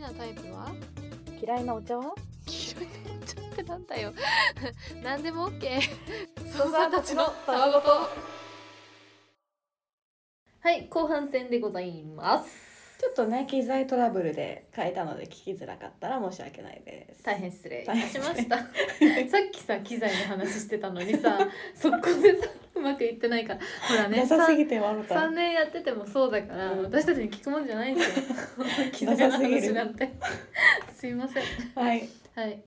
なタイプは 嫌いなお茶は黄色いのちょっとなんだよ 何でも OK ソーサーたちのたわごとはい後半戦でございますちょっとね機材トラブルで変えたので聞きづらかったら申し訳ないです大変失礼いたしましたさ っき さ機材の話してたのにさ 速攻でさうまくいってないからほらね 優しすぎて笑った3年やっててもそうだから、うん私たちに聞くもんじゃないん ですよ機材の話なんてすいませんはい、はい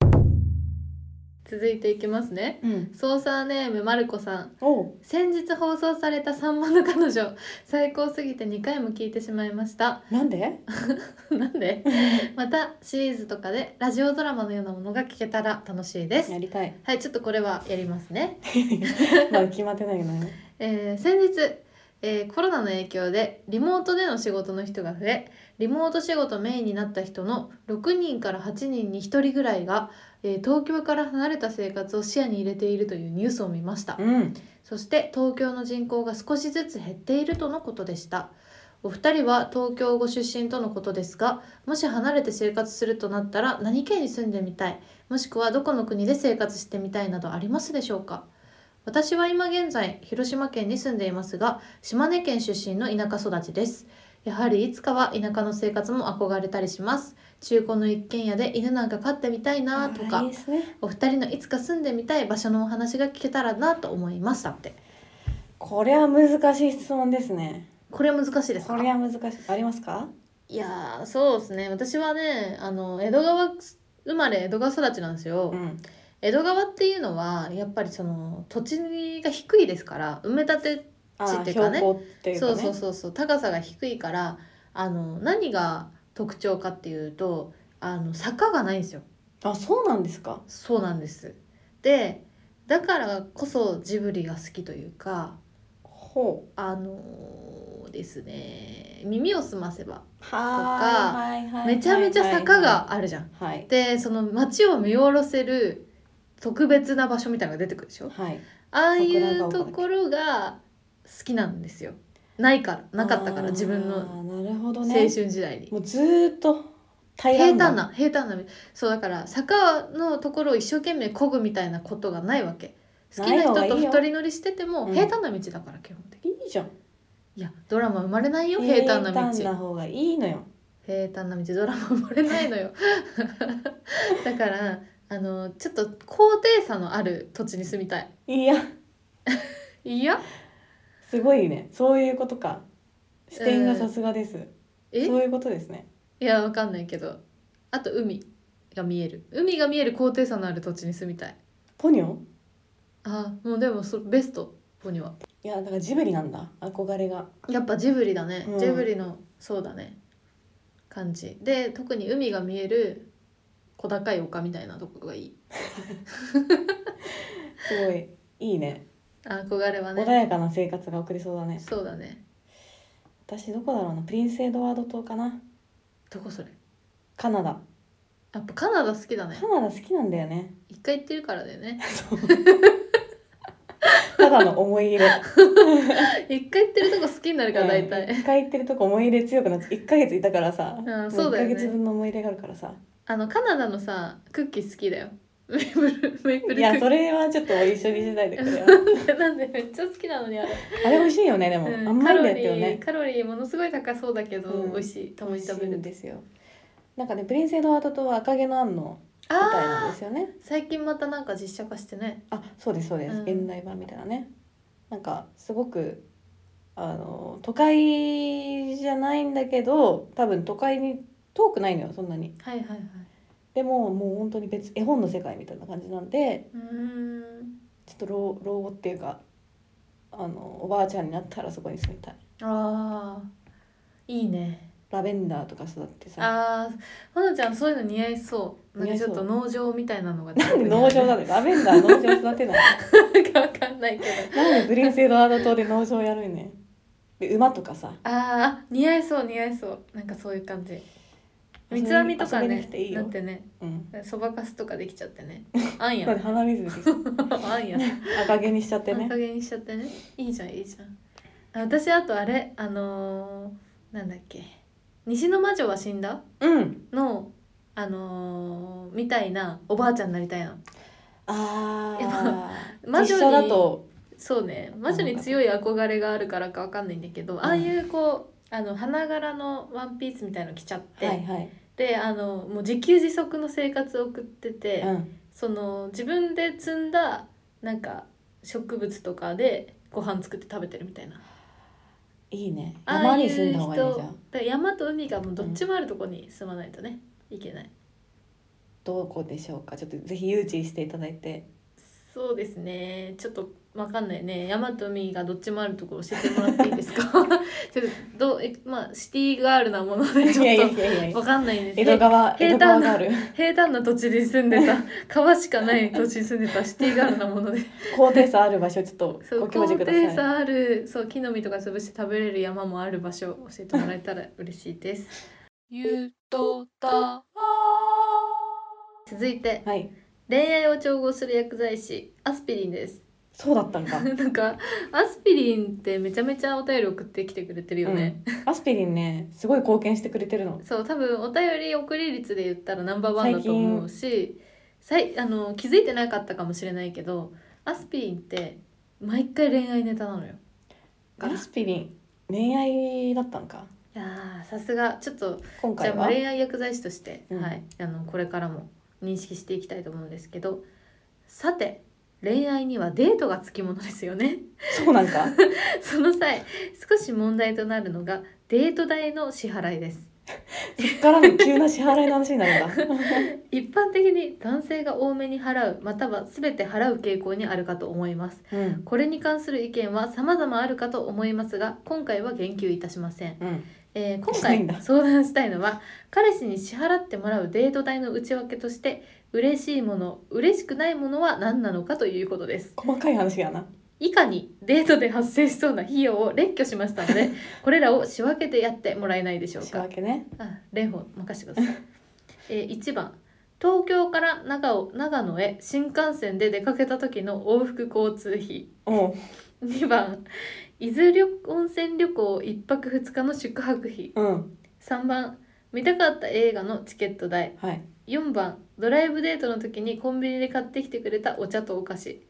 続いていきますねうん、ソーサーネームまるこさんおう先日放送された「さんまの彼女」最高すぎて2回も聞いてしまいました なんでなんでまたシリーズとかでラジオドラマのようなものが聞けたら楽しいですやりたいはいちょっとこれはやりますね、まだ決まってないよねえー先日、えーコロナの影響でリモートでの仕事の人が増えリモート仕事メインになった人の6人から8人に1人ぐらいが、えー東京から離れた生活を視野に入れているというニュースを見ましたうんそして東京の人口が少しずつ減っているとのことでしたお二人は東京ご出身とのことですがもし離れて生活するとなったら何県に住んでみたいもしくはどこの国で生活してみたいなどありますでしょうか私は今現在広島県に住んでいますが島根県出身の田舎育ちですやはりいつかは田舎の生活も憧れたりします中古の一軒家で犬なんか飼ってみたいなとあかいいですねお二人のいつか住んでみたい場所のお話が聞けたらなと思いますだってこれは難しい質問ですねこれは難しいですこかれは難しいありますかいやーそうですね私はねあの江戸川生まれ江戸川育ちなんですよ、うん江戸川っていうのはやっぱりその土地が低いですから埋め立てあ地っーていうかね標高っていうそかねうそうそうそう高さが低いからあの何が特徴かっていうとあの坂がないんですよあそうなんですかそうなんですでだからこそジブリが好きというかほうあのーですね「耳をすませばはーいはいはいはいはいめちゃめちゃ坂があるじゃん。はいでその街を見下ろせる特別な場所みたいなのが出てくるでしょはいああいうところが好きなんですよないからなかったからあー自分のなるほど青ね春時代に、もうずーっと平平んだ坦な平坦なそうだから坂のところを一生懸命漕ぐみたいなことがないわけ好きな人ないと方がいいよ二人乗りしててもうん平坦な道だから基本的に、いいじゃんいやドラマ生まれないよ平坦な道平坦な方がいいのよ平坦な道ドラマ生まれないのよ だからあのちょっと高低差のある土地に住みたいいやいやすごいねそういうことか視点がさすがです、えそういうことですねいやわかんないけどあと海が見える海が見える高低差のある土地に住みたいポニョあーもうでもそベストここにはいやだからジブリなんだ憧れがやっぱジブリだね、うんジブリのそうだね感じで特に海が見える小高い丘みたいなとこがいいすごいいいね憧れは穏ねやかな生活が送れそうだねそうだね私どこだろうなプリンスエドワード島かなどこそれカナダやっぱカナダ好きだねカナダ好きなんだよね一回行ってるからだよねただの思い 入れ一回行ってるとこ好きになるから大うん体一回行ってるとこ思い入れ強くなって1ヶ月いたからさ、うんそうだよね1ヶ月分の思い入れがあるからさあのカナダのさクッキー好きだよメープルメープルクいやッそれはちょっと一緒にしないでくれよ キーなんでめっちゃ好きなのにあれ、あれ美味しいよねでも、うん甘いんだよねカロリーカロリーものすごい高そうだけど、うん美味しいたまに食べ美味しいるんですよなんかねプリンスエドワードとは赤毛のアンの舞台なんあーですよね最近またなんか実写化してねあそうですそうです、うん現代版みたいなねなんかすごくあの都会じゃないんだけど多分都会に遠くないのよそんなにはいはいはいでももう本当に別絵本の世界みたいな感じなんでうーんちょっと老老後っていうかあのおばあちゃんになったらそこに住みたいあーいいねラベンダーとか育ってさあーほのちゃんそういうの似合いそうなんかちょっと似農場みたいなのがなんで農場なのラベンダー農場育てないなんかわかんないけどなんでプリンスエドワード島で農場やるんねで馬とかさあー似合いそう似合いそうなんかそういう感じ遊び三つ編みとか遊びにね来ていいよだってねうんそばかすとかできちゃってねあんやなんで鼻水出てき あんやた赤毛にしちゃってあんね加減にしちゃってねいいじゃんいいじゃんあ私あとあれあのー、なんだっけ「西の魔女は死んだ?うん」のあのーみたいなおばあちゃんになりたいのあやあ魔女に実写だとそうね魔女に強い憧れがあるからかわかんないんだけどああいうこうあの花柄のワンピースみたいの着ちゃって、はいはい、であのもう自給自足の生活を送ってて、うん、その自分で摘んだなんか植物とかでご飯作って食べてるみたいないいねああ山いうに人住んだ方がいいねじゃんだから山と海がもうどっちもあるとこに住まないとね、いけないどこでしょうかちょっとぜひ誘致していただいてそうですねちょっとわかんないね山と海がどっちもあるところ教えてもらっていいですか ちょっとどうえまあシティガールなものでちいやいょやっいやいとわやかんないんで江す戸川江平戸坦川ながある平坦な土地に住んでた川しかない土地に住んでたシティガールなもので高低差ある場所ちょっとそうご教高示ください低差あるそう木の実とか潰して食べれる山もある場所教えてもらえたら嬉しいです。ゆとた続いてはい恋愛を調合する薬剤師アスピリン です。そうだったんかなんかアスピリンってめちゃめちゃお便り送ってきてくれてるよね。アスピリンねすごい貢献してくれてるのそう多分お便り送り率で言ったらナンバーワンだと思うし、さいあの気づいてなかったかもしれないけどアスピリンって毎回恋愛ネタなのよ。アスピリン恋愛だったんかいやーさすがちょっと今じゃ回あもうは恋愛薬剤師として、うんはい、あのこれからも認識していきたいと思うんですけどさて恋愛にはデートがつきものですよね そうなんかその際少し問題となるのがデート代の支払いですそっからの急な支払いの話になるん だ一般的に男性が多めに払うまたは全て払う傾向にあるかと思いますうんこれに関する意見は様々あるかと思いますが今回は言及いたしませんうんえー今したいん回 だ相談したいのは彼氏に支払ってもらうデート代の内訳として嬉しいもの嬉しくないものは何なのかということです細かい話やな以下にデートで発生しそうな費用を列挙しましたの でこれらを仕分けてやってもらえないでしょう仕か分けねあ蓮舫任せてください、えー1番東京から長尾長野へ新幹線で出かけた時の往復交通費おう2番伊豆旅温泉旅行1泊2日の宿泊費うん3番見たかった映画のチケット代はい4番ドライブデートの時にコンビニで買ってきてくれたお茶とお菓子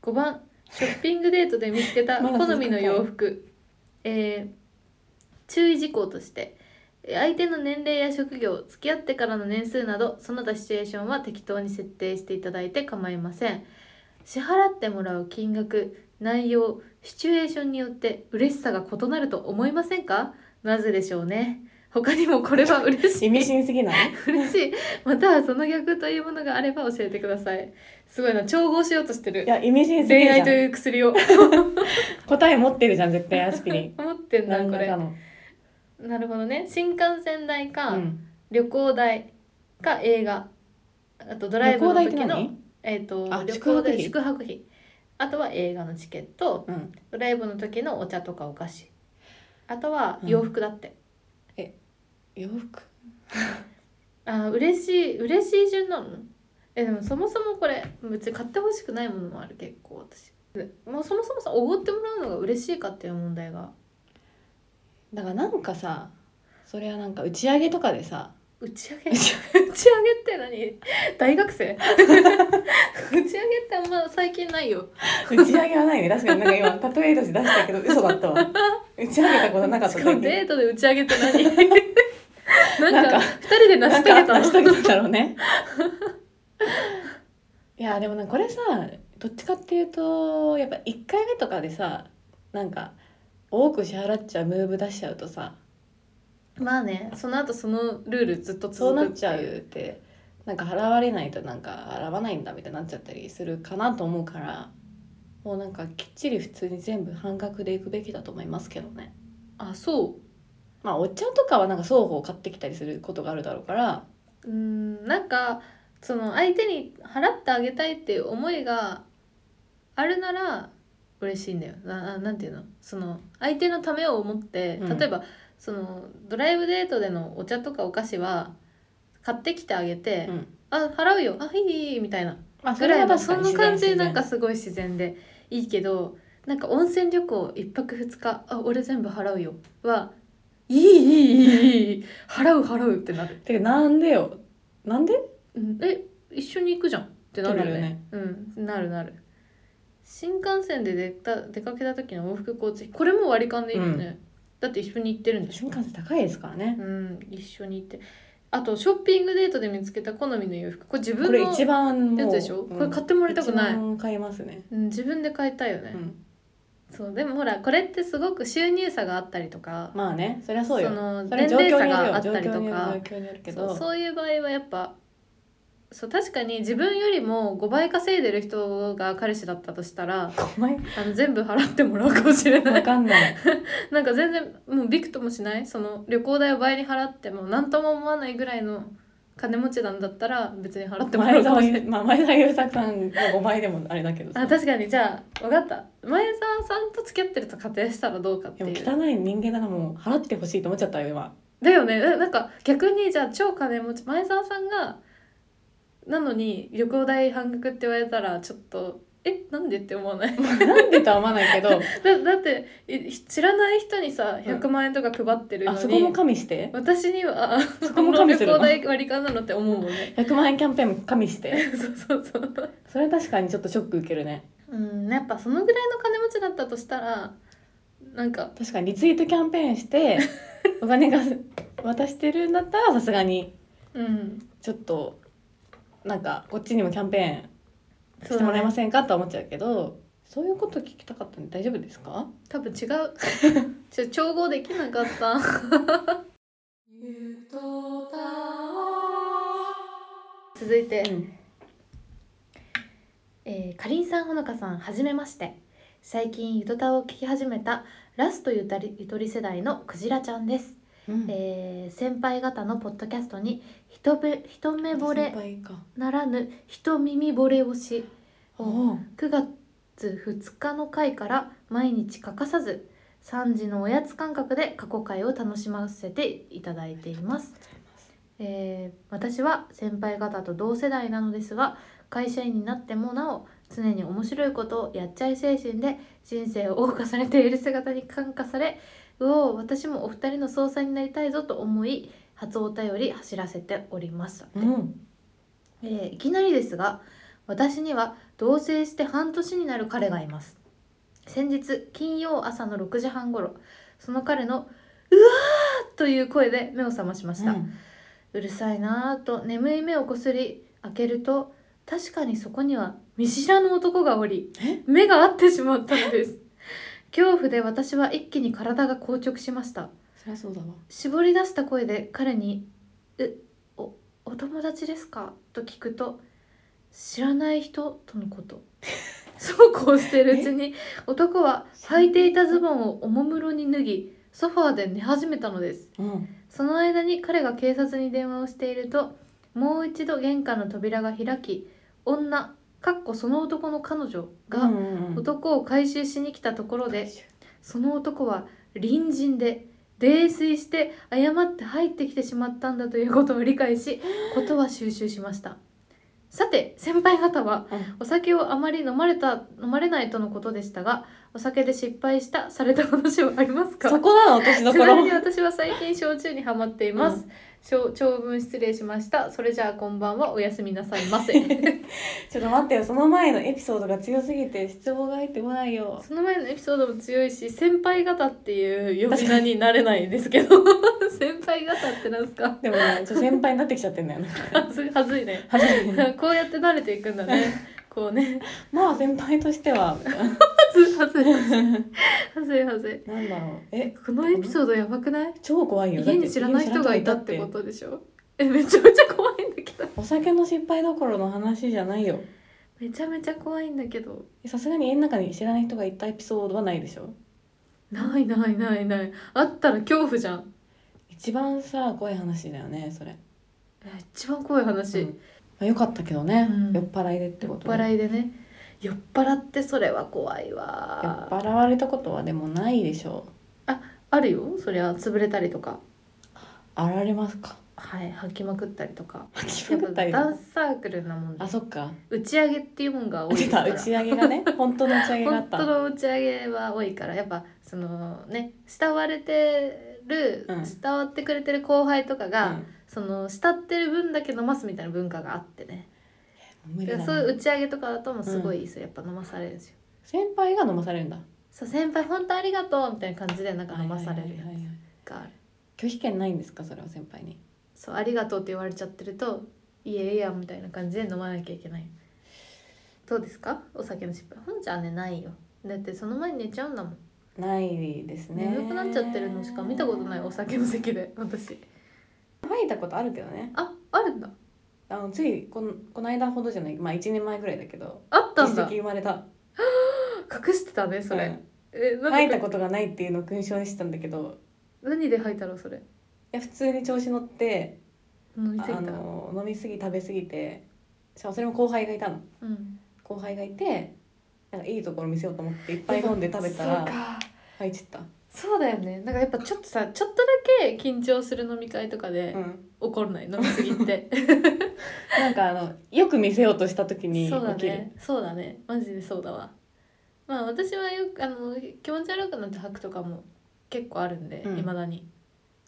5番ショッピングデートで見つけた まだ続好くんかいみの洋服、えー注意事項としてえー相手の年齢や職業付き合ってからの年数などその他シチュエーションは適当に設定していただいて構いません支払ってもらう金額内容シチュエーションによって嬉しさが異なると思いませんかなぜでしょうね他にもこれは嬉しい意味深すぎない嬉しいまたはその逆というものがあれば教えてくださいすごいな調合しようとしているや意味深すぎ恋愛るとじゃんいう薬を答え持ってるじゃん絶対アスピリ ン持ってんだ何こられかのなるほどね新幹線代うか、ん旅行代か映画あとドライ旅ブ行の代って時の何えっ、とあ旅行代宿宿泊費あとは映画のチケットうんドライブの時のお茶とかお菓子あとは洋服だって、洋服あー嬉しい嬉しい順なのえでもそもそもこれ別に買ってほしくないものもある結構私もうそもそもさおごってもらうのが嬉しいかっていう問題がだからなんかさそれはなんか打ち上げとかでさ打ち上げ打ち上げって何大学 生打ち上げってあんま最近ないよ打ち上げはないね確かになんか今例えとして出したけど嘘だったわ打ち上げたことなか ったしかもデートで打ち上げって何なんなかんか2人で成し遂何かげあったたの人だったろうねいやでもなんかこれさどっちかっていうとやっぱ1回目とかでさなんか多く支払っちゃうムーブ出しちゃうとさまあねその後そのルールずっと続くそうなっちゃうていうってなんか払われないとなんか払わないんだみたいになっちゃったりするかなと思うからもうなんかきっちり普通に全部半額でいくべきだと思いますけどねあそまあお茶とかはなんか双方買ってきたりすることがあるだろうからううんなんかその相手に払ってあげたいっていう思いがあるなら嬉しいんだよなななんていうのその相手のためを思ってうん例えば、そのドライブデートでのお茶とかお菓子は買ってきてあげて「うんあ払うよあいいいい」みたいなまあぐらいの確そかにの自然感じ自然なんかすごい自然でいいけどなんか温泉旅行一泊二日「あ俺全部払うよ」は「いいいいいいいいい払う払う」ってなる。てかなんでよなんでうんえ一緒に行くじゃんってなるよねうんなるなる新幹線で出た出かけた時の往復交通費これも割り勘でいいよね、だって一緒に行ってるんでしょ新幹線高いですからね、うん一緒に行ってあとショッピングデートで見つけた好みの洋服これ自分このれ一番もうやつでしょうんこれ買ってもらいたくない一番買いますね、うん、自分で買いたいよねう、ん、そうでもほらこれってすごく収入差があったりとか、まあねそりゃそうよのそれ年状況齢によ差るよがあったり状況とによかる状況によるけそどうそういう場合はやっぱそう確かに自分よりも5倍稼いでる人が彼氏だったとした らお前あの全部払ってもらうかもしれなわいかんないなんか全然もうびくともしないその旅行代を倍に払っても何とも思わないぐらいの金持ちなんだったら別に払ってもら前うかも澤しれないゆまあ前澤友作さんが5倍でもあれだけどさあ確かにじゃあ分かった前澤さんと付き合ってると仮定したらどうかってでいもう汚い人間ならもう払ってほしいと思っちゃったよ今だよねななんか逆にじゃあ超金持ち前澤さんがなのに旅行代半額って言われたらちょっとえなんでって思わない なんでとは思わないけどだだってい知らない人にさ100万円とか配ってるのあに、そこも加味して私にはあそこも加味するこのの旅行代割り勘なのって思うもん ね100万円キャンペーンも加味してそうそうそうそれは確かにちょっとショック受けるねうんやっぱそのぐらいの金持ちだったとしたらなんか確かにリツイートキャンペーンして お金が渡してるんだったらさすがにうんちょっとなんかこっちにもキャンペーンそしうてだもらえまねせんかとは思っちゃうけどそういうこと聞きたかったんで大丈夫ですか多分違う ちょ調合できなかった続いて、うんえー、かりんさんほのかさんはじめまして最近ゆとたわを聞き始めたラストゆとりゆとり世代のくじらちゃんです、うんえー先輩方のポッドキャストに一目一目惚れ先輩かならぬ一耳惚れをしおお9月2日の回から毎日欠かさず3時のおやつ感覚で過去回を楽しませていただいています。えー私は先輩方と同世代なのですが会社員になってもなお常に面白いことをやっちゃい精神で人生を謳歌されている姿に感化されうおー私もお二人の総裁になりたいぞと思い初お便り走らせております。うんえーいきなりですが私には同棲して半年になる彼がいます先日金曜朝の6時半頃その彼の「うわー!」という声で目を覚ましました、ううんるさいなーと眠い目をこすり開けると確かにそこには見知らぬ男がおりえ目が合ってしまったのです恐怖で私は一気に体が硬直しましたそりゃそうだわ絞り出した声で彼に「えおお友達ですか?」と聞くと「知らない人」とのこと そうこうしているうちに男は履いていたズボンをおもむろに脱ぎソファーで寝始めたのですうんその間に彼が警察に電話をしているともう一度玄関の扉が開き女かっこその男の彼女うがんうんうん男を回収しに来たところでその男は隣人で泥酔して誤って入ってきてしまったんだということを理解し事は収集しましたさて先輩方はうんお酒をあまり飲まれた飲まれないとのことでしたがお酒で失敗したされた話はありますかそこなの落としどちこなみろに私は最近焼酎にハマっています、長長文失礼しましたそれじゃあこんばんはおやすみなさいませちょっと待ってよその前のエピソードが強すぎて失望が入ってこないよその前のエピソードも強いし先輩方っていう呼び名になれないんですけど 先輩方ってなんですかでもねちょっと先輩になってきちゃってん だよねはずはずいね初めてこうやって慣れていくんだね こうねまあ先輩として ははずいはずいはずいはずいなんだろうえこのエピソードやばくない超怖いよだっ家てに知らない人がいたって家に知らこない人がといでしょえめちゃめちゃ怖いんだけどお酒の失敗どころの話じゃないよめちゃめちゃ怖いんだけどさすがに家の中に知らない人がいたエピソードはないでしょないないないないあったら恐怖じゃん一番さ怖い話だよねそれ、え一番怖い話、うんまあ、よかったけどね、うん酔っ払いでってこと酔っで払いでね酔っ払ってそれは怖いわ酔っ払われたことはでもないでしょあるよそりゃ潰れたりとかうあられますか はい吐きまくったりとか吐きやっまくったぱりダンスサークルなもんであそっか打ち上げっていうもんが多いです出かたら打ち上げ がね本当の打ち上げがあっ本当たの打ち上げは多いからやっぱそのね慕われてる、うん伝わってくれてる後輩とかが、うんその慕ってる分だけ飲ますみたいな文化があってね無理だなそういう打ち上げとかだともうすごいいいですよ、やっぱ飲まされるんですよ先輩が飲まされるんだそう先輩本当ありがとうみたいな感じでなんか飲まされるやはいはいはいはいつがある拒否権ないんですかそれは先輩にそうありがとうって言われちゃってるといいえええやんみたいな感じで飲まなきゃいけないどうですかお酒の失敗本ちゃんはねないよだってその前に寝ちゃうんだもんないですね眠くなっちゃってるのしか見たことないお酒の席で私吐いたことあるけどねああるんだあのついこのこの間ほどじゃないまあ1年前ぐらいだけどあった一んだ石生まれた隠してたねそれ、うんえなん吐いでたことがないっていうのを勲章にしてたんだけど何で吐いたのそれいや普通に調子乗って飲みすぎあたの飲みすぎ食べすぎてしかもそれも後輩がいたのうん後輩がいてなんかいいところ見せようと思っていっぱい飲んで食べたそうらか入っちゃっそうだよねなんかやっぱちょっとさちょっとだけ緊張する飲み会とかでた、うん、怒んない飲みすぎてなんかあのよく見せようとした時に起そうだきる、ねそうだねマジでそうだわまあ私はよくあの気持ち悪くなって吐くとかも結構あるんでうんいま、未だに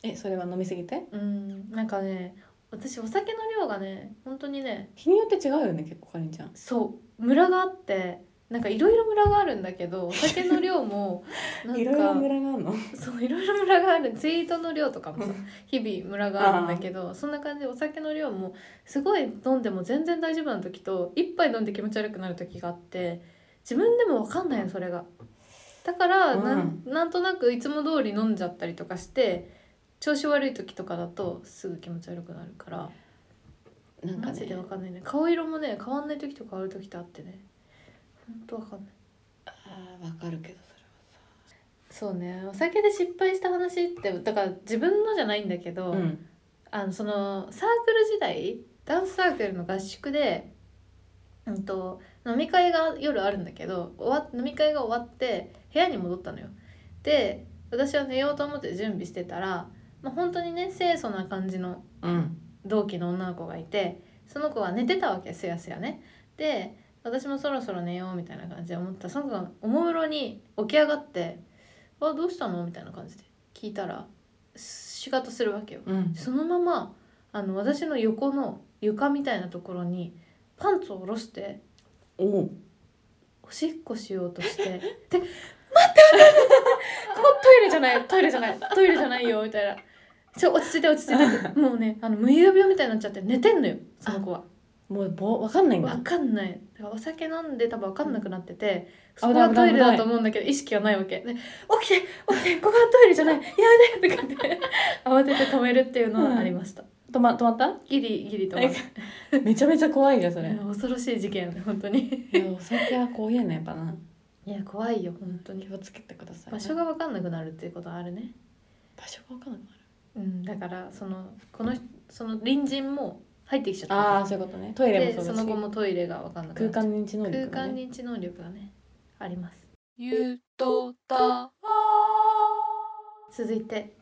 えそれは飲みすぎてうんなんかね私お酒の量がね本当にね日によって違うよね結構かりんちゃんそうムラがあってなんかいろいろムラがあるんだけどお酒の量もなんか いろいろムラがあるのそういろいろムラがあるツイートの量とかもさ日々ムラがあるんだけどそんな感じでお酒の量もすごい飲んでも全然大丈夫な時と一杯飲んで気持ち悪くなる時があって自分でも分かんないのそれがだからなん,、なんとなくいつも通り飲んじゃったりとかして調子悪い時とかだとすぐ気持ち悪くなるからなんかマジねで分かんないね顔色もね変わんない時と変わる時とあってねほんと分かんないあーわかるけどそれそうねお酒で失敗した話ってだから自分のじゃないんだけど、はうんあのそのサークル時代ダンスサークルの合宿で、うん、と飲み会が夜あるんだけど終わ飲み会が終わって部屋に戻ったのよ。で私は寝ようと思って準備してたら、まあ、本当にね清楚な感じのうん同期の女の子がいてその子は寝てたわけすやすやねで私もそろそろ寝ようみたいな感じで思ったらその子がおもむろに起き上がって「あどうしたの?」みたいな感じで聞いたら仕方するわけようんそのままあの私の横の床みたいなところにパンツを下ろしておおおしっこしようとして で「待って待って待ってここトイレじゃないトイレじゃないトイレじゃないよ」みたいな「ちょ落ち着いて落ち着い て」もうねあの無遊病みたいになっちゃって寝てんのよその子はもうぼわかんないんだわかんないだからお酒飲んで多分わかんなくなってて、そうんこは危トないイレ危なだいと思うんだけど意識がないわけで「起きて起きてここはトイレじゃないやめて」とかって慌てて止めるっていうのはありました、止ま止まっギリギリとた めちゃめちゃ怖いじゃんそれ恐ろしい事件本当にいやお酒はこういうのやっぱないや怖いよ本当に気をつけてください場所が分かんなくなるっていうことはあるね場所がわかんなくなるうんだからそのこのその隣人も入ってきちゃったああわそういうことねトイけレでもそそうの後だもトイレが分かんなくなしっ空ちゃう間認知能空力が間ね認知能力がねありますゆとた続いて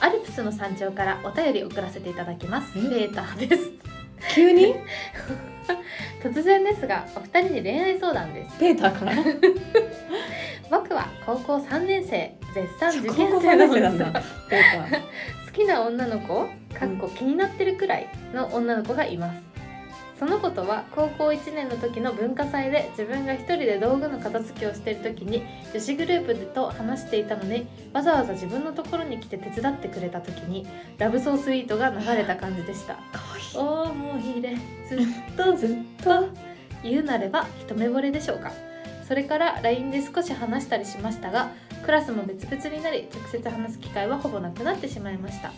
アルプスの山頂からお便り送らせていただきますえレーターです 急に突然ですがお二人に恋愛相談ですペーターから僕は高校3年生絶賛受高験校生生なだのですなんだペーター好きな女の子かっこ気になってるくらいの女の子がいますその子とは高校1年の時の文化祭で自分が一人で道具の片付けをしている時に女子グループと話していたのにわざわざ自分のところに来て手伝ってくれた時に「ラブソースイート」が流れた感じで した思い入 れずっとずっと言うなれば一目惚れでしょうかそれから LINE で少し話したりしましたがクラスも別々になり直接話す機会はほぼなくなってしまいました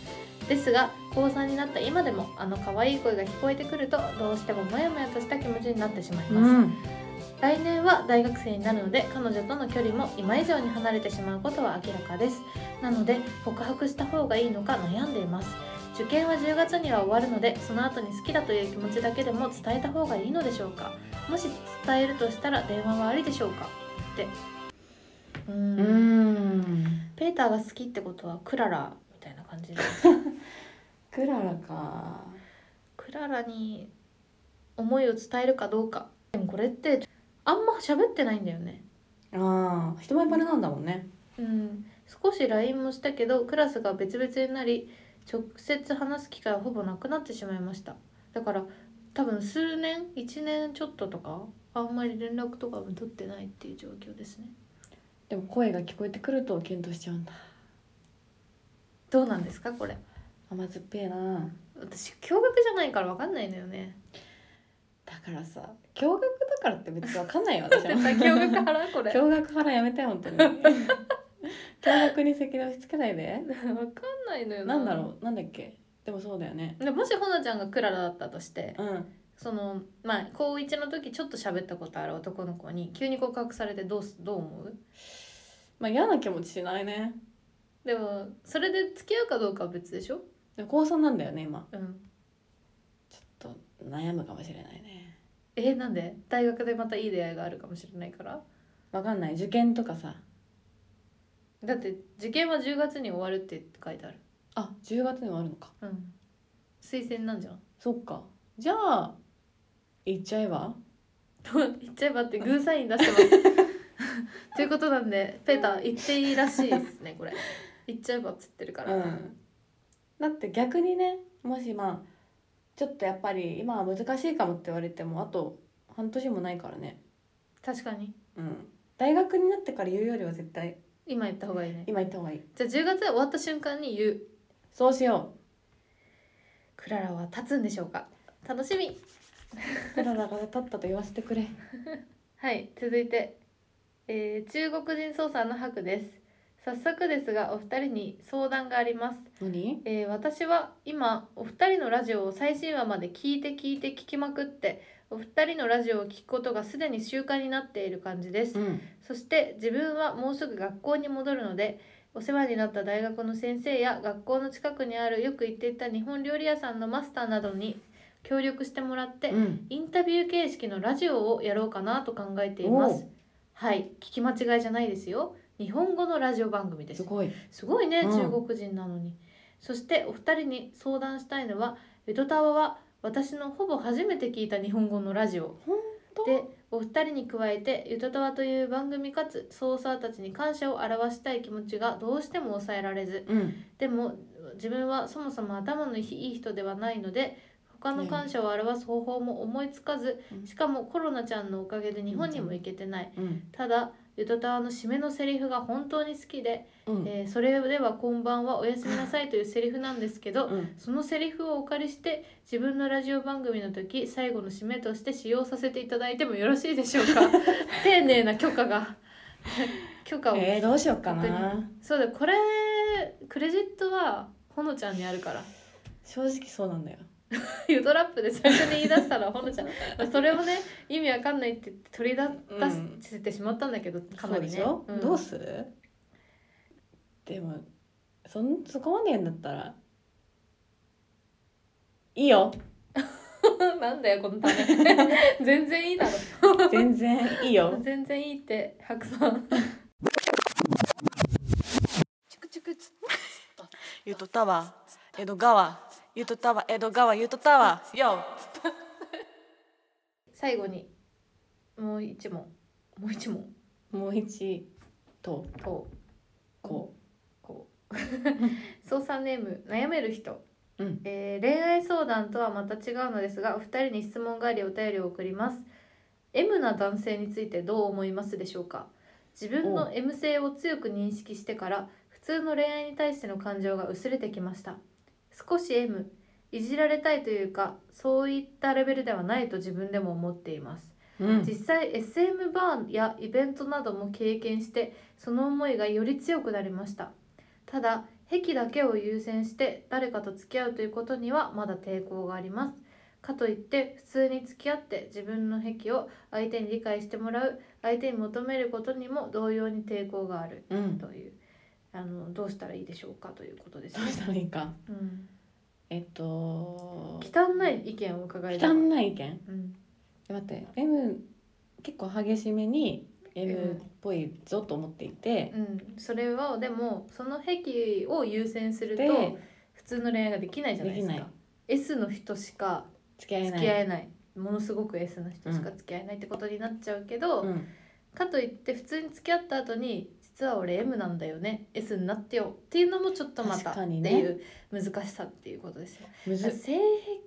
ですが高3になった今でもあの可愛い声が聞こえてくるとどうしてもモヤモヤとした気持ちになってしまいます、うん来年は大学生になるので彼女との距離も今以上に離れてしまうことは明らかですなので告白した方がいいのか悩んでいます受験は10月には終わるのでその後に好きだという気持ちだけでも伝えた方がいいのでしょうかもし伝えるとしたら電話はありでしょうかってうーうんーんペーターが好きってことはクララみたいな感じでクララかクララに思いを伝えるかどうかでもこれってあんま喋ってないんだよねああ人前バレなんだもんねうん、少し LINE もしたけどクラスが別々になり直接話す機会はほぼなくなってしまいましただから多分数年1年ちょっととかあんまり連絡とかも取ってないっていう状況ですねでも声が聞こえてくると検討しちゃうんだどうなんですかこれ甘酸っぱいな私驚愕じゃないから分かんないのよねだからさ驚愕だからって別にわかんないよ私も絶対 驚愕からこれ分驚愕腹やめて本 当に驚愕に責任押し付けないでかんないのよなんだろうなんだっけでもそうだよねうでもしほなちゃんがクララだったとしてうんそのまあ高1の時ちょっと喋ったことある男の子に急に告白されてどうすどう思うまあ嫌な気持ちしないねでもそれで付き合うかどうかは別でしょでも高3なんだよね今うんちょっと悩むかもしれないねえなんで大学でまたいい出会いがあるかもしれないからわかんない受験とかさだって受験は10月に終わるって書いてあるあ10月にもあるのかうん推薦なんじゃ んそっかじゃあ行っちゃえば言っちゃえばってグーサイン出してます ということなんでペーター言っていいらしいですねこれ言っちゃえばっつってるから、うんだって逆にねもしまあちょっとやっぱり今は難しいかもって言われてもあと半年もないからね確かにうん大学になってから言うよりは絶対今言った方がいいね今行った方がいいじゃあ10月終わった瞬間に言うそうしよクララは立つんでしょうか楽しみうクララが立ったと言わせてくれはい続いて、えー中国人捜査のハクです早速ですがお二人に相談があります、何えー私は今お二人のラジオを最新話まで聞いて聞いて聞きまくってお二人のラジオを聞くことがすでに習慣になっている感じですうんそして自分はもうすぐ学校に戻るのでお世話になった大学の先生や学校の近くにあるよく行っていた日本料理屋さんのマスターなどに協力してもらって、うんインタビュー形式のラジオをやろうかなと考えていますはい聞き間違いじゃないですよ日本語のラジオ番組ですすごいすごいね、うん中国人なのにそしてお二人に相談したいのは「江戸タワは私のほぼ初めて聞いた日本語のラジオ」本当でお二人に加えて「ゆとたわ」という番組かつソーサーたちに感謝を表したい気持ちがどうしても抑えられずうんでも自分はそもそも頭のいい人ではないので他の感謝を表す方法も思いつかず、うんしかもコロナちゃんのおかげで日本にも行けてない、うんただゆとたわの締めのセリフが本当に好きで、うんえーそれでは「こんばんはおやすみなさい」というセリフなんですけど、うんそのセリフをお借りして自分のラジオ番組の時最後の締めとして使用させていただいてもよろしいでしょう か丁寧な許可が許可を、えー、どうしようか本なそうだこれクレジットはほのちゃんにあるから 正直そうなんだよユトラップで最初に言い出したらほのちゃんまあそれを ね意味わかんないって取り出うん出してしまったんだけどかなそうりでねしょ、んどうするでもそんそこまで言うんだったらい いよなんだよこのため 全然いいだろ全然いいよ全然いいって白さんゆとたわ、江戸川、ゆとたわ、江戸川、ゆとたわ、よ。最後にもう一問もう一問もう一とこうここう操作ネーム悩める人、うんえー恋愛相談とはまた違うのですがお二人に質問がありお便りを送ります M な男性についてどう思いますでしょうか自分の M 性を強く認識してから普通の恋愛に対しての感情が薄れてきました少し M いじられたいというかそういったレベルではないと自分でも思っていますう、うん実際 SM バーやイベントなども経験してその思いがより強くなりましたただ癖だけを優先して誰かと付き合うということにはまだ抵抗がありますかといって普通に付き合って自分の癖を相手に理解してもらう相手に求めることにも同様に抵抗があるうん、どというあのどうしたらいいでしょうかということですうねし、た らいいかうん、えっと汚い意見を伺いたい汚い意見うん、え待って M 結構激しめに M M っぽいぞと思っていて、うん、それはでもその癖を優先するとで普通の恋愛ができないじゃないですかできない S の人しか付き合え付ないき合えないものすごく S の人しか付き合えないってことになっちゃうけど、うんかといって普通に付き合った後に実は俺 M なんだよね S になってよっていうのもちょっとまた確ってかにねいう難しさっていうことですよ、むず性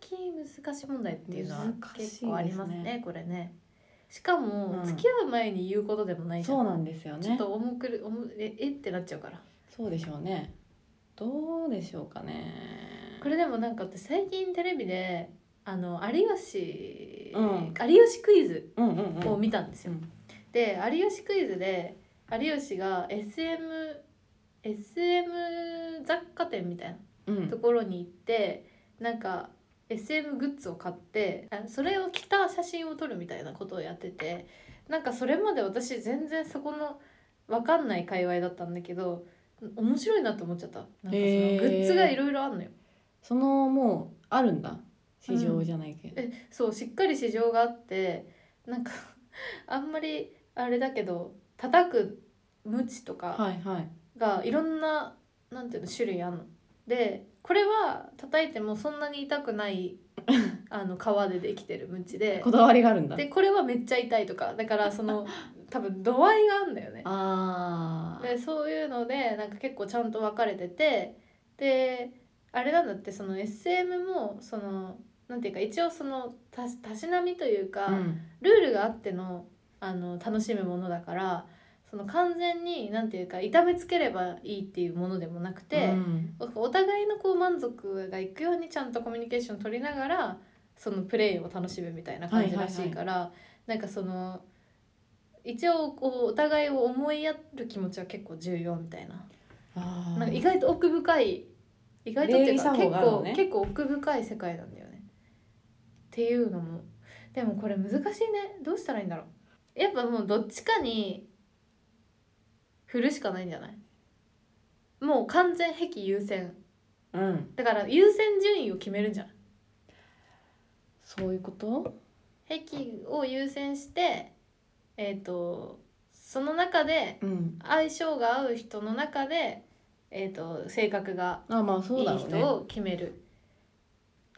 癖難しい問題っていうのは難しいで結すね構ありますねこれねしかも、うん付き合う前に言うことでもないじゃんそうなんですよちょっねと重くる重ええってなっちゃうからそうでしょうねどうでしょうかねこれでもなんか私最近テレビであの有吉、うん有吉クイズうんうんうんを見たんですよ、うんで有吉クイズで有吉が SM SM 雑貨店みたいうんなところに行って、なんか SM グッズを買ってあそれを着た写真を撮るみたいなことをやっててなんかそれまで私全然そこの分かんない界隈だったんだけど面白いなと思っちゃったなんかそのグへーッズがいろいろあんのよ。そのもうあるんだ市場じゃないけど、えそうしっかり市場があってなんかあんまりあれだけど叩くムチとかはいはいがいろんななんていうの種類あんの。でこれは叩いてもそんなに痛くないあの革でできてるムチでこだわりがあるんだでこれはめっちゃ痛いとかだからその多分度合いがあるんだよね。あーでそういうのでなんか結構ちゃんと分かれててであれなんだってその SM もそのなんていうか一応そのたしたしなみというか、うんルールがあってのあの楽しむものだからその完全になんていうか痛めつければいいっていうものでもなくてう、んおお互いのこう満足がいくようにちゃんとコミュニケーション取りながらそのプレイを楽しむみたいな感じらしいから、なんかその一応こうお互いを思いやる気持ちは結構重要みたいなあーなんか意外と奥深い意外とっていうか、礼儀作結法がある構のね結構奥深い世界なんだよね。っていうのもでもこれ難しいねどうしたらいいんだろうやっぱもうどっちかに振るしかないんじゃないもう完全壁優先うんだから優先順位を決めるんじゃないそういうこと壁を優先してえっ、とその中でうん相性が合う人の中で、えー、と性格があまあそうだいいろうね人を決める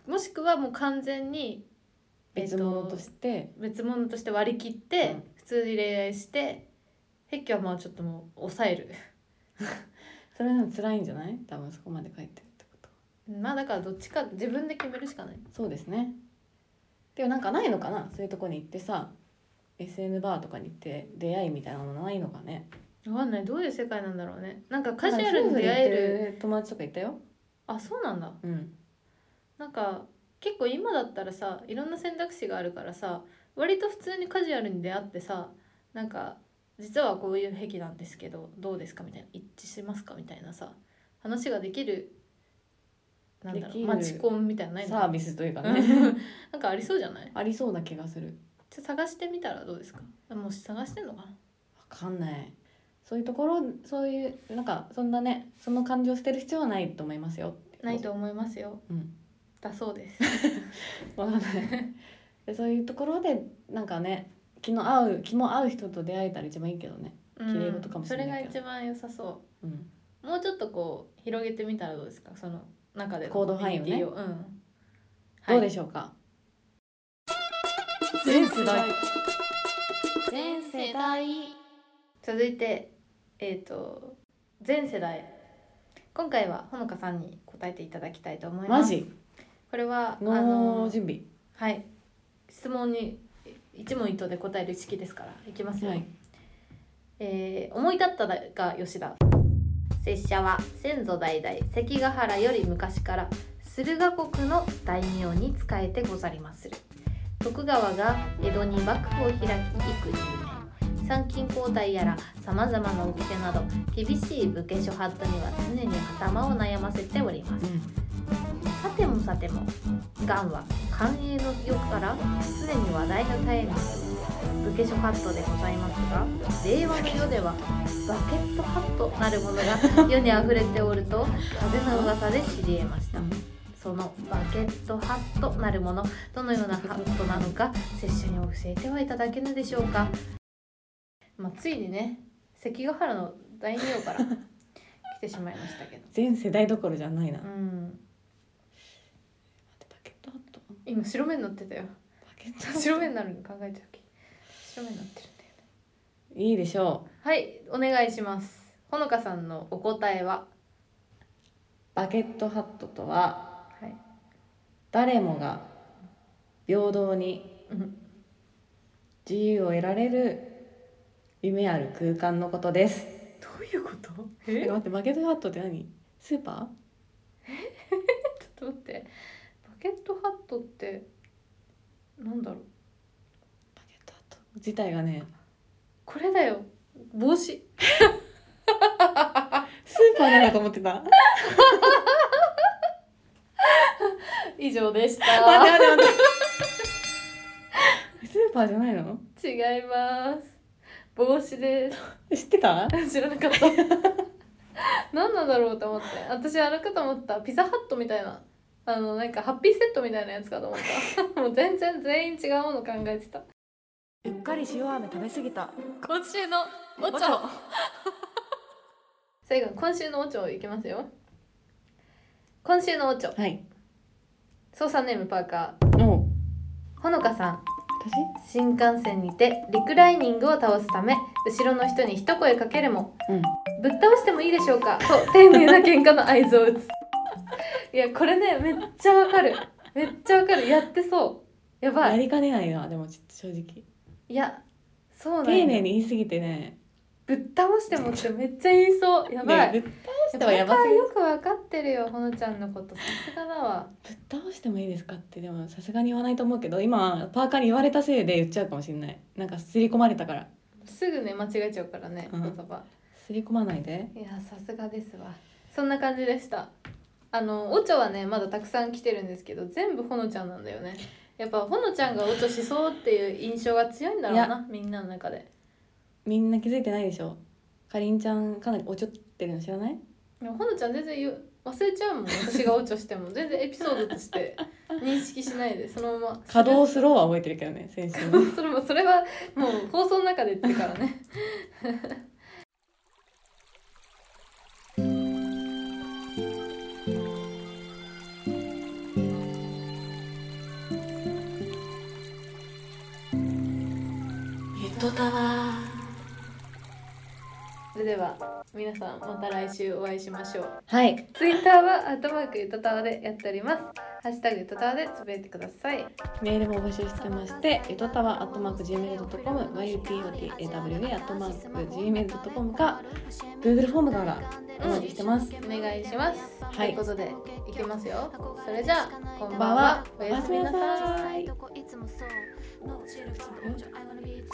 もしくはもう完全に別物とえっして、と別物として割り切って、うん普通に恋愛して壁はまあちょっともう抑える それでも辛いんじゃない多分そこまで書いてるってことまあだからどっちか自分で決めるしかないそうですねでもなんかないのかなそういうとこに行ってさ SM バーとかに行って出会いみたいなのないのかね分かんないどういう世界なんだろうねなんかカジュアルに出会えるなんか夫婦で行ってる友達とかいたよあそうなんだうんなんか結構今だったらさいろんな選択肢があるからさ割と普通にカジュアルに出会ってさなんか実はこういう癖なんですけどどうですかみたいな一致しますかみたいなさ話ができるなんだでろきうるマチコンみたいなのないのサービス というかうねんなんかありそうじゃない ありそうな気がするちょっと探してみたらどうですかあもう探してんのかなわかんないそういうところそういうなんかそんなねその感情を捨てる必要はないと思いますよないと思いますようんだそうです わかんないでそういうところでなんかね気の合う気も合う人と出会えたら一番いいけどね 綺麗事かもしれないうんそけどれが一番良さそううんもうちょっとこう広げてみたらどうですかその中での行動範囲をねコミュニティうん、どうでしょょうか全世代う全世代続いてえっ、と全世代今回はほのかさんに答えていただきたいと思いまマすジこれはあのの準備はい質問に一問一答で答える式ですからいきますよ、はいえー思い立ったが吉田拙者は先祖代々関ヶ原より昔から駿河国の大名に仕えてござりまする徳川が江戸に幕府を開き幾十年参勤交代やらさまざまな掟など厳しい武家諸法度には常に頭を悩ませておりますさてもさても、がんは寛永の世から常に話題が絶えない武家諸ハットでございますが、令和の世ではバケットハットなるもの が世に溢れておると風の噂で知り得ましたうん。そのバケットハットなるもの、どのようなハットなのか、拙者に教えてはいただけぬでしょうか。まあ、ついにね、関ヶ原の大名 から来てしまいましたけど。全世代どころじゃないな、う待ん、ってバケットハットバ今白目になってたよ。ケットハッ ト白目になるの考えちゃうけ白目になってるんだよねいいでしょはいお願いしますほのかさんのお答えは、バケットハットとははい、 誰もが平等にうん自由を得られる夢ある空間のことです。どういうことええ 待ってバケットハットって何？スーパちょー？っと待ってバケットハットってなんだろうバケットハット自体がねこれだよ帽子スーパーなのかと思って た。以上でし 待たって待って待って。スーパーじゃないの？違います帽子です知ってた？ 知らなかった何なんだろうと思って私あれかと思ったピザハットみたいなあのなんかハッピーセットみたいなやつかと思った もう全然全員違うもの考えてたうっかり塩飴食べ過ぎた今週のおちょ最後に今週のおちょいきますよ今週のおちょはい。操作ネームパーカおうーほのかさん私？新幹線にてリクライニングを倒すため後ろの人に一声かけるもうん。ぶっ倒してもいいでしょうかと丁寧な喧嘩の合図を打ついやこれねめっちゃわかるめっちゃわかるやってそうやばやいりかねないなでもちょっと正直。いやそうなんよ丁寧に言いすぎてね。ぶっ倒してもってめっちゃ言いそうやばい、ねぶっ倒してはやばパパすぎるよくわかってるよほのちゃんのことさすがだわぶっ倒してもいいですかってでもさすがに言わないと思うけど今パーカーに言われたせいで言っちゃうかもしれないなんかすり込まれたからすぐね間違えちゃうからねう言ん葉、すり込まないでいやさすがですわそんな感じでしたあのオチョはねまだたくさん来てるんですけど全部ほのちゃんなんだよねやっぱほのちゃんがオチョしそうっていう印象が強いんだろういなみんなの中でみんな気づいてないでしょかりんちゃんかなりおちょってるの知らないでもほのちゃん全然言う忘れちゃうもん私がオチョしても全然エピソードとして認識しないでそのまま稼働スローは覚えてるけどね先週の それもそれはもう放送の中で言ってからねゆとたわそれでは皆さんまた来週お会いしましょうはいツイッターはアットマークゆとたわでやっておりますハッシュタグゆとたわでつぶやいてくださいメールも募集してましてゆとたわアットマーク Gmail.com yutotawa アットマーク Gmail.com か Google フォームからお待ちしてます、お願いします。はいということで、いきますよ。それじゃあ、こんこんばばんはんは。おおややすすみみななささいい。いつもそう脳チル不安情 I wanna be chill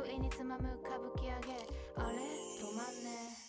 不意につまむ歌舞伎揚げあれ止まんね